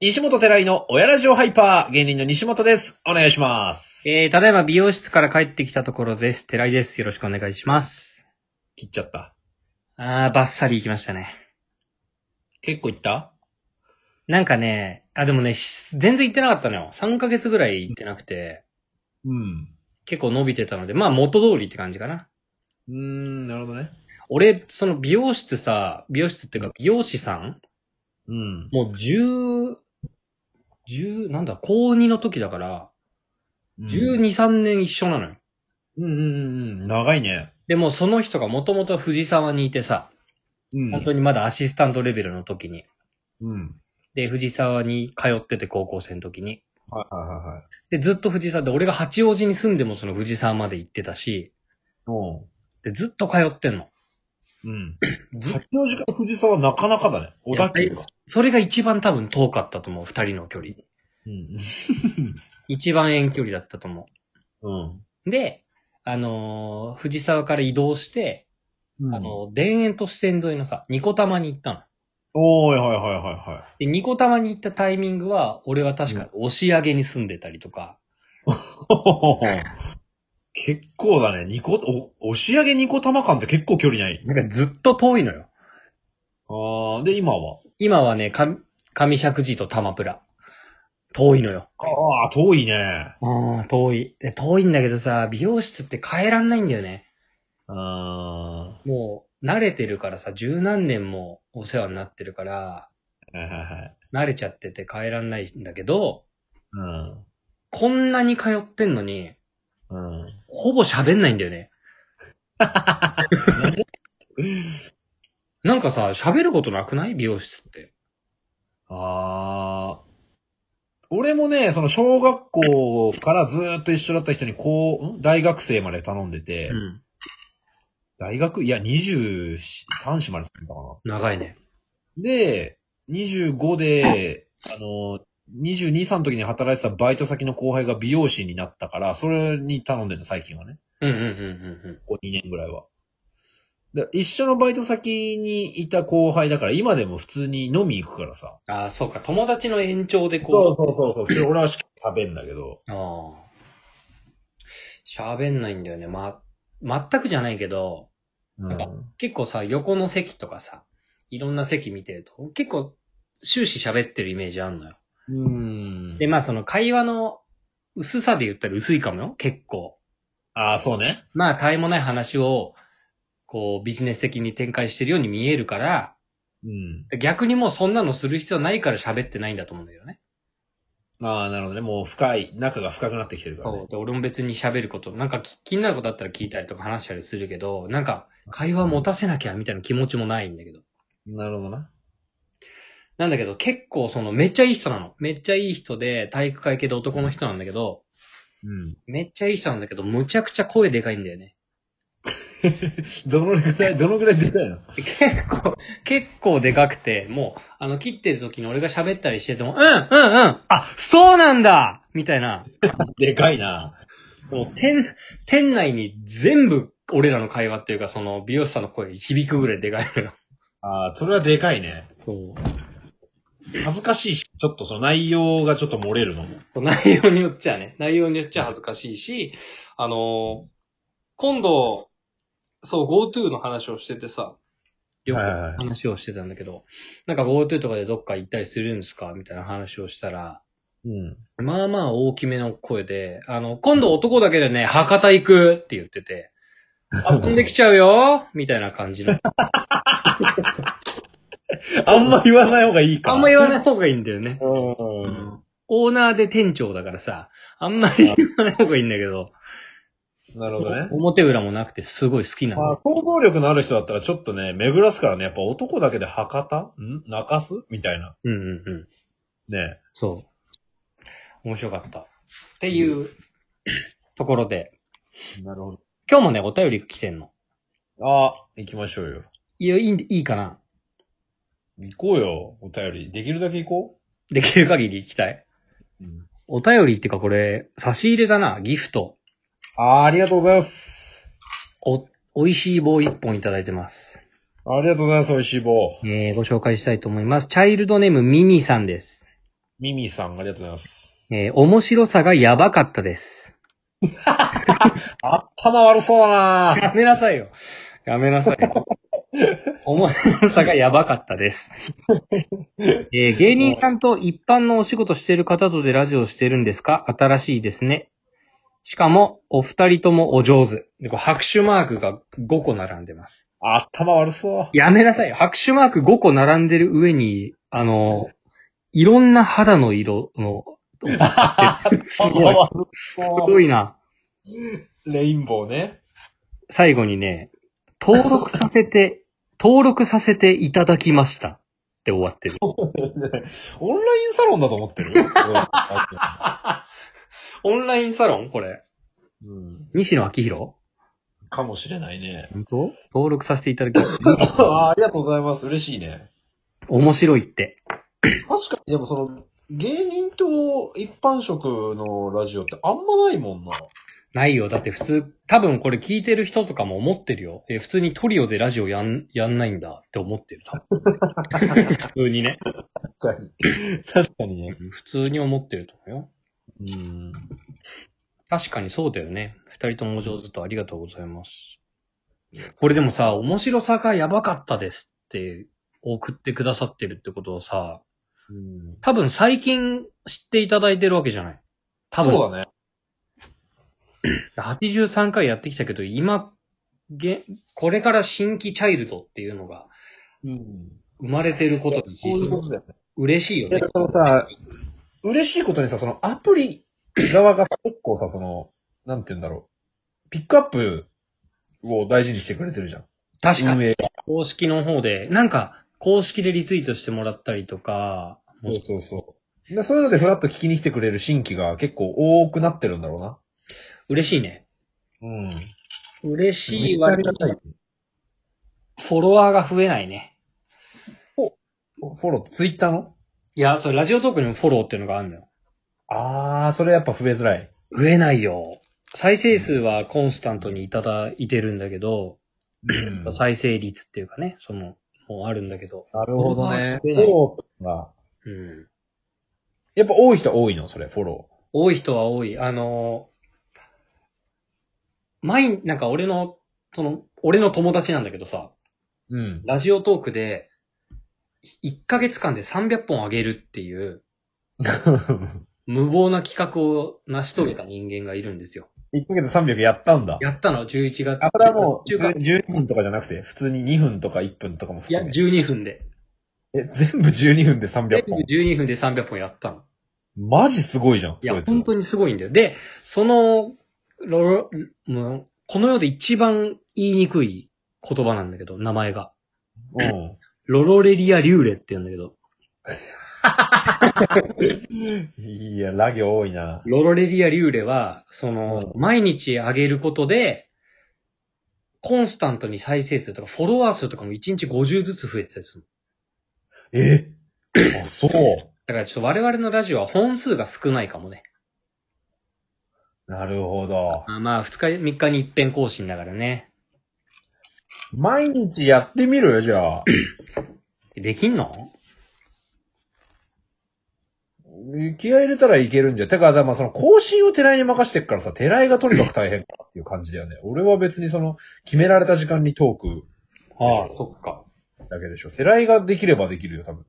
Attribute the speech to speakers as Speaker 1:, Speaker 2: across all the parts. Speaker 1: 西本寺井の親ラジオハイパー、芸人の西本です。お願いします。
Speaker 2: えー、ただいま美容室から帰ってきたところです。寺井です。よろしくお願いします。
Speaker 1: 切っちゃった。
Speaker 2: あー、バッサリ行きましたね。
Speaker 1: 結構いった
Speaker 2: なんかね、あ、でもね、し全然行ってなかったのよ。3ヶ月ぐらい行ってなくて、
Speaker 1: うん。
Speaker 2: 結構伸びてたので、まあ元通りって感じかな。
Speaker 1: うーん、なるほどね。
Speaker 2: 俺、その美容室さ、美容室っていうか美容師さん
Speaker 1: うん。
Speaker 2: もう10、10、なんだ、高2の時だから、12、3年一緒なのよ。
Speaker 1: うんうんうんうん。長いね。
Speaker 2: でもその人がもともと藤沢にいてさ、
Speaker 1: うん
Speaker 2: 本当にまだアシスタントレベルの時に、
Speaker 1: うん。
Speaker 2: で、藤沢に通ってて、高校生の時に。
Speaker 1: はいはいはいはい。
Speaker 2: で、ずっと藤沢で、俺が八王子に住んでもその藤沢まで行ってたし、
Speaker 1: おう。
Speaker 2: で、ずっと通ってんの。
Speaker 1: うん。
Speaker 2: ず
Speaker 1: 八王子から藤沢はなかなかだね。小田急か。
Speaker 2: それが一番多分遠かったと思う、二人の距離。
Speaker 1: うん。
Speaker 2: 一番遠距離だったと思
Speaker 1: うん。
Speaker 2: う。で、あのー藤沢から移動して、
Speaker 1: うん
Speaker 2: あ、のー田園都市線沿いのさ、ニコタマに行ったの。
Speaker 1: おーいはいはいはいは
Speaker 2: で、ニコタマに行ったタイミングは、俺は確か押上げに住んでたりとか、
Speaker 1: いほほほほ。結構だね。ニコ、お、押し上げニコ玉感って結構距離ない。
Speaker 2: なんかずっと遠いのよ。
Speaker 1: あー、で、今は
Speaker 2: 今はね、か上石寺と玉プラ。遠いのよ。
Speaker 1: ああ、遠いね。
Speaker 2: ああ、遠い。で遠いんだけどさ、美容室って変えらんないんだよね。
Speaker 1: あ
Speaker 2: もう、慣れてるからさ、十何年もお世話になってるから、
Speaker 1: あ、はいはいはい。
Speaker 2: 慣れちゃってて変えらんないんだけど、
Speaker 1: うん。
Speaker 2: こんなに通ってんのに、
Speaker 1: うん。
Speaker 2: ほぼ喋んないんだよね。なんかさ、喋ることなくない美容室って。
Speaker 1: ああ。俺もね、その小学校からずーっと一緒だった人に、こう、ん大学生まで頼んでて、
Speaker 2: うん。
Speaker 1: 大学いや、23歳まで頼んだかな。
Speaker 2: 長いね。
Speaker 1: で、25で、あの、22、3の時に働いてたバイト先の後輩が美容師になったから、それに頼んでるの、最近はね。
Speaker 2: うんうんうんうんうん。
Speaker 1: ここ2年ぐらいは。で一緒のバイト先にいた後輩だから、今でも普通に飲み行くからさ。
Speaker 2: ああ、そうか。友達の延長で
Speaker 1: そう
Speaker 2: こ
Speaker 1: そうそうそう。普通俺はし食べんだけど。
Speaker 2: う。ああ。喋んないんだよね。ま、全くじゃないけど、
Speaker 1: うん。
Speaker 2: 結構さ、横の席とかさ、いろんな席見てると、結構終始喋ってるイメージあんのよ。
Speaker 1: うん
Speaker 2: で、まあその会話の薄さで言ったら薄いかもよ、結構。
Speaker 1: ああ、そうね。
Speaker 2: まあ、たえもない話を、こう、ビジネス的に展開してるように見えるから、
Speaker 1: うん。
Speaker 2: 逆にもうそんなのする必要ないから喋ってないんだと思うんだよね。
Speaker 1: ああ、なるほどね。もう深い、仲が深くなってきてるから、
Speaker 2: そ
Speaker 1: ね
Speaker 2: う。。で、俺も別に喋ること、なんかき気になることあったら聞いたりとか話したりするけど、なんか、会話持たせなきゃみたいな気持ちもないんだけど。
Speaker 1: なるほどな。
Speaker 2: なんだけど、結構その、めっちゃいい人なの。めっちゃいい人で、体育会系で男の人なんだけど、
Speaker 1: うん。
Speaker 2: めっちゃいい人なんだけど、むちゃくちゃ声でかいんだよね。
Speaker 1: どのぐらい、どのぐらい出たいの
Speaker 2: で結構、結構でかくて、もう、あの、切ってる時に俺が喋ったりしてても、うん、うん、うん、あ、そうなんだみたいな、
Speaker 1: でかいな。
Speaker 2: もう、店、店内に全部、俺らの会話っていうか、その、美容師さんの声響くぐらいでかいのよ。
Speaker 1: ああ、それはでかいね。
Speaker 2: そう。
Speaker 1: 恥ずかしいし、ちょっとその内容がちょっと漏れるのも。
Speaker 2: そう、内容によっちゃね、内容によっちゃ恥ずかしいし、あのー今度、そう、GoTo の話をしててさ、よく
Speaker 1: はいはいはい
Speaker 2: 話をしてたんだけど、なんか GoTo とかでどっか行ったりするんですかみたいな話をしたら、
Speaker 1: うん。
Speaker 2: まあまあ大きめの声で、あの、今度男だけでね、博多行くって言ってて、遊んできちゃうよみたいな感 じの。
Speaker 1: あんま言わない方がいいか。
Speaker 2: あんま言わない方がいいんだよね。
Speaker 1: う。
Speaker 2: うんんオーナーで店長だからさ、あんまり言わない方がいいんだけど、
Speaker 1: なるほどね。
Speaker 2: 表裏もなくてすごい好きな
Speaker 1: ま
Speaker 2: の。
Speaker 1: あ、行動力のある人だったらちょっとね、巡らすからね、やっぱ男だけで博多ん泣かすみたいな。
Speaker 2: うんうんうん。
Speaker 1: ね。
Speaker 2: そう。面白かった。っていうところで、
Speaker 1: なるほど。
Speaker 2: 今日もね、お便り来てんの。
Speaker 1: あ、行きましょうよ。
Speaker 2: いや、いいん、いいかな。
Speaker 1: 行こうよ、お便り。できるだけ行こ
Speaker 2: できる限り行きたい。
Speaker 1: う。うん、
Speaker 2: お便りってかこれ、差し入れだな、ギフト。
Speaker 1: あー、ありがとうございます。
Speaker 2: お、美味しい棒一本いただいてます。
Speaker 1: ありがとうございます、美味しい棒。
Speaker 2: えー、ご紹介したいと思います。チャイルドネームミニさんです。
Speaker 1: ミミさん、ありがとうございます。
Speaker 2: えー面白さがやばかったです。
Speaker 1: 頭悪そうだなぁ
Speaker 2: やめなさいよ。やめなさいよ。面白さがやばかった です。えー芸人さんと一般のお仕事してる方とでラジオしてるんですか新しいですね。しかも、お二人ともお上手。でこう拍手マークが5個並んでます。
Speaker 1: 頭悪そう。
Speaker 2: やめなさいよ。拍手マーク5個並んでる上に、あの、いろんな肌の色 の、す
Speaker 1: 頭
Speaker 2: ごい。
Speaker 1: 悪
Speaker 2: す
Speaker 1: そ
Speaker 2: ごいな。
Speaker 1: う。レインボーね。
Speaker 2: 最後にね、登録させ て、登録させていただきましたって終わってる。
Speaker 1: オンラインサロンだと思 ってる
Speaker 3: オンラインサロンこれ。
Speaker 1: うん。
Speaker 2: 西野明宏
Speaker 1: かもしれないね。
Speaker 2: 本当登録させていただきました。
Speaker 1: あありがとうございます。嬉しいね。
Speaker 2: 面白いって。
Speaker 1: 確かに、でもその、芸人と一般職のラジオってあんまないもんな。
Speaker 2: ないよ。だって普通、多分これ聞いてる人とかも思ってるよ。え、普通にトリオでラジオやん、やんないんだって思ってる。多 分普通にね。
Speaker 1: 確かに。確かにね。
Speaker 2: 普通に思ってると思うよ。
Speaker 1: うん。
Speaker 2: 確かにそうだよね。二人ともお上手とありがとうございます。これでもさ、面白さがやばかったですって送ってくださってるってことをさ、
Speaker 1: うん、
Speaker 2: 多分最近知っていただいてるわけじゃない多分。
Speaker 1: そうだね。
Speaker 2: 83回やってきたけど、今、げ、これから新規チャイルドっていうのが
Speaker 1: うん。
Speaker 2: 生まれてることに
Speaker 1: そういうことだよね。
Speaker 2: 嬉しいよ
Speaker 1: いや、
Speaker 2: ね。
Speaker 1: そのさ、嬉しいことにさ、そのアプリ側が結構さ、その、なんて言うんだろう。ピックアップを大事にしてくれてるじゃん。
Speaker 2: 確かに。
Speaker 1: 運営が。
Speaker 2: 公式の方で、なんか、公式でリツイートしてもらったりとか、もう
Speaker 1: そうそうそう。でそういうのでフラッと聞きに来てくれる新規が結構多くなってるんだろうな。
Speaker 2: 嬉しいね。
Speaker 1: うん。
Speaker 2: 嬉し
Speaker 1: めっ
Speaker 2: い
Speaker 1: ちゃあ
Speaker 2: 割
Speaker 1: り
Speaker 2: に
Speaker 1: がたい。
Speaker 2: フォロワーが増えないね。
Speaker 1: フォロー、ツイッターの
Speaker 2: いや、それラジオトークにもフォローっていうのがあるのよ。
Speaker 1: あー、それやっぱ増えづらい。
Speaker 2: 増えないよ。再生数はコンスタントにいただいてるんだけど、
Speaker 1: うんな
Speaker 2: 再生率っていうかね、その、もうあるんだけど。
Speaker 1: るほどね。
Speaker 2: フ
Speaker 1: フ
Speaker 2: ォ
Speaker 1: ォ
Speaker 2: ロ
Speaker 1: ローが、
Speaker 2: うん。
Speaker 1: やっぱ多い人は多いの、それ、フォロ
Speaker 2: 多い人は多い。あのー、前、なんか俺の、その、俺の友達なんだけどさ、
Speaker 1: ー。 うん。
Speaker 2: ラジオトークで、1ヶ月間で300本あげるっていう、無謀な企画を成し遂げた人間がいるんですよ。
Speaker 1: 1ヶ月300やったんだ。
Speaker 2: やったの、11月。
Speaker 1: あ、これはもう、
Speaker 2: 中間
Speaker 1: 12分とかじゃなくて、普通に2分とか1分とかも
Speaker 2: いや、
Speaker 1: 含め。
Speaker 2: 12分で。
Speaker 1: え、全部12分で300本。
Speaker 2: 12分で300本やったの。
Speaker 1: マジすごいじゃん、
Speaker 2: い
Speaker 1: そ
Speaker 2: や、
Speaker 1: いつ
Speaker 2: 本。当にすごいんだよ。で、その、ロロもうこの世で一番言いにくい言葉なんだけど、名前が。
Speaker 1: うん。
Speaker 2: ロロレリア・リューレって言うんだけど、
Speaker 1: いや、ラ行多いな。
Speaker 2: ロロレリア・リューレは、その、毎日上げることで、コンスタントに再生数とか、フォロワー数とかも1日50ずつ増えてたりするの。
Speaker 1: えあ、そう。
Speaker 2: だからちょっと我々のラジオは本数が少ないかもね。
Speaker 1: なるほど。
Speaker 2: あまあ、2日、3日に一遍更新だからね。
Speaker 1: 毎日やってみるよ、じゃあ。
Speaker 2: できんの
Speaker 1: 気合入れたらいけるんじゃ。てか、だからまあその更新を寺井に任してっからさ、寺井がとにかく大変かっていう感じだよね。俺は別にその、決められた時間にトー
Speaker 2: あ
Speaker 1: あ
Speaker 2: あ
Speaker 1: あ、
Speaker 2: そっか。
Speaker 1: クだけでしょ。寺井ができればできるよ、多分。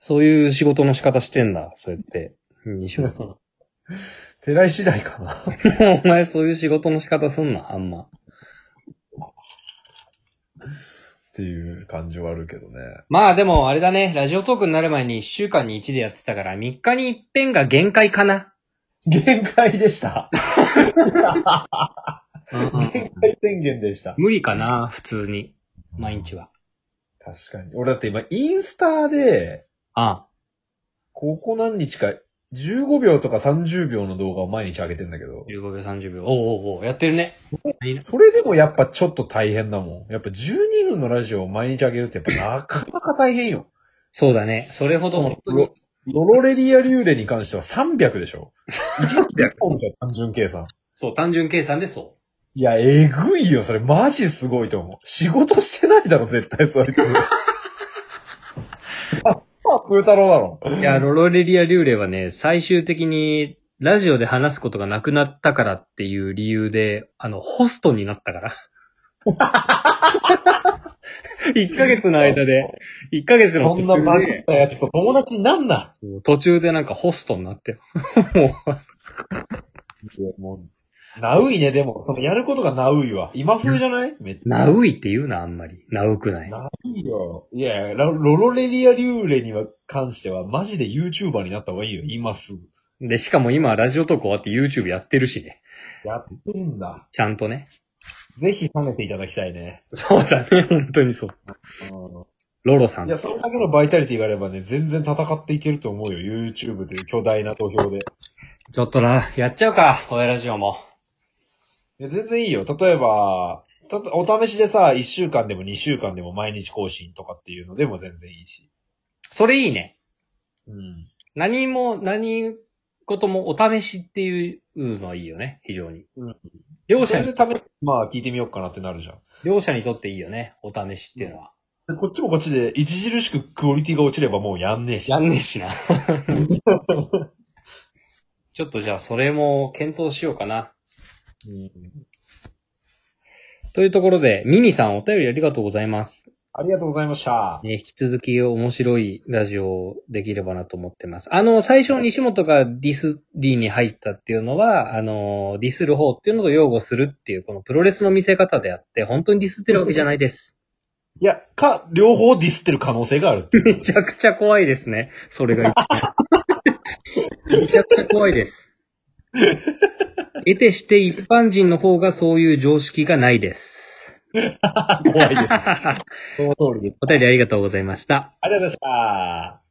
Speaker 2: そういう仕事の仕方してんだ、そうやって。西村さん
Speaker 1: 寺井次第かな。
Speaker 2: お前そういう仕事の仕方すんな、あんま。
Speaker 1: っていう感じはあるけどね。
Speaker 2: まあでもあれだね、ラジオトークになる前に1週間に1でやってたから、3日に一遍が限界かな。
Speaker 1: 限界でした。
Speaker 2: うん
Speaker 1: 限界宣言でした。
Speaker 2: 無理かな、普通に。毎日は。
Speaker 1: 確かに。俺だって今、インスタで、
Speaker 2: あ
Speaker 1: ここ何日か、15秒とか30秒の動画を毎日上げてんだけど
Speaker 2: あ、、15秒30秒。おうおうおう、やってるね。
Speaker 1: それでもやっぱちょっと大変だもん。やっぱ12分のラジオを毎日上げるってやっぱなかなか大変よ。
Speaker 2: そうだね。それほど本当に。
Speaker 1: ロロレリアリューレに関しては300でしょ ?1 日で1本でしょ単純計算。
Speaker 2: そう、単純計算でそ
Speaker 1: いや、えぐいよ、それ。マジす ごいと思う。仕事してないだろ、絶対そいつ。あはプー太郎だろ。
Speaker 2: いや、ロロレリア・リューレはね、最終的にラジオで話すことがなくなったからっていう理由で、あの、ホストになったから。1ヶ月の間で、1ヶ月の
Speaker 1: そ
Speaker 2: 途
Speaker 1: んなバ
Speaker 2: 中
Speaker 1: カ
Speaker 2: で、
Speaker 1: なやつと友達になんな。
Speaker 2: 途中でなんかホストになって。も
Speaker 1: もう、ナウイね、でも、そのやることがナウイわ。今風じゃないめっち
Speaker 2: う、ナウイって言うな、あんまり。ナウくな
Speaker 1: ゃ。
Speaker 2: い。
Speaker 1: ナウイよ。いや、ロロロレリア・リューレには関しては、マジで YouTuber になった方がいいよ、今すぐ。
Speaker 2: で、しかも今、ラジオとこうやって YouTube やってるしね。
Speaker 1: やってんだ。
Speaker 2: ちゃんとね。
Speaker 1: ぜひ跳ねていただきたいね。
Speaker 2: そうだね、本当にそ
Speaker 1: う
Speaker 2: う。ロロさ
Speaker 1: ん。
Speaker 2: ん
Speaker 1: い。や、それだけのバイタリティがあればね、全然戦っていけると思うよ、YouTube という巨大な投票で。
Speaker 2: ちょっとな、やっちゃうか、親ラジオも。
Speaker 1: いや、全然いいよ。例えば、たとお試しでさ、1週間でも2週間でも毎日更新とかっていうのでも全然いいし。
Speaker 2: それいいね。
Speaker 1: うん。
Speaker 2: 何も、何事もお試しっていうのはいいよね、非常に。
Speaker 1: うん
Speaker 2: 両
Speaker 1: そ
Speaker 2: 者
Speaker 1: れ
Speaker 2: に
Speaker 1: で、試し、まあ聞いてみようかなってなるじゃん。
Speaker 2: 両者にとっていいよね、お試しっていうのは。
Speaker 1: でこっちもこっちで、著しくクオリティが落ちればもうやんねえし。
Speaker 2: やんねえしな。 ちょっとじゃあ、それも検討しようかな。
Speaker 1: うん
Speaker 2: というところで、ミミさんお便りありがとうございます。
Speaker 1: ありがとうございました。
Speaker 2: ね、引き続き面白いラジオをできればなと思ってます。あの、最初西本がディス D に入ったっていうのは、あの、ディスる方っていうのと擁護するっていう、このプロレスの見せ方であって、本当にディスってるわけじゃないです。
Speaker 1: いや、か、両方ディスってる可能性があるっていう。
Speaker 2: めちゃくちゃ怖いですね。それが一番。めちゃくちゃ怖いです。得てして一般人の方がそういう常識がないです。
Speaker 1: 怖いです。
Speaker 2: お
Speaker 1: その通りです。
Speaker 2: 便りありがとうございました。
Speaker 1: ありがとうございました。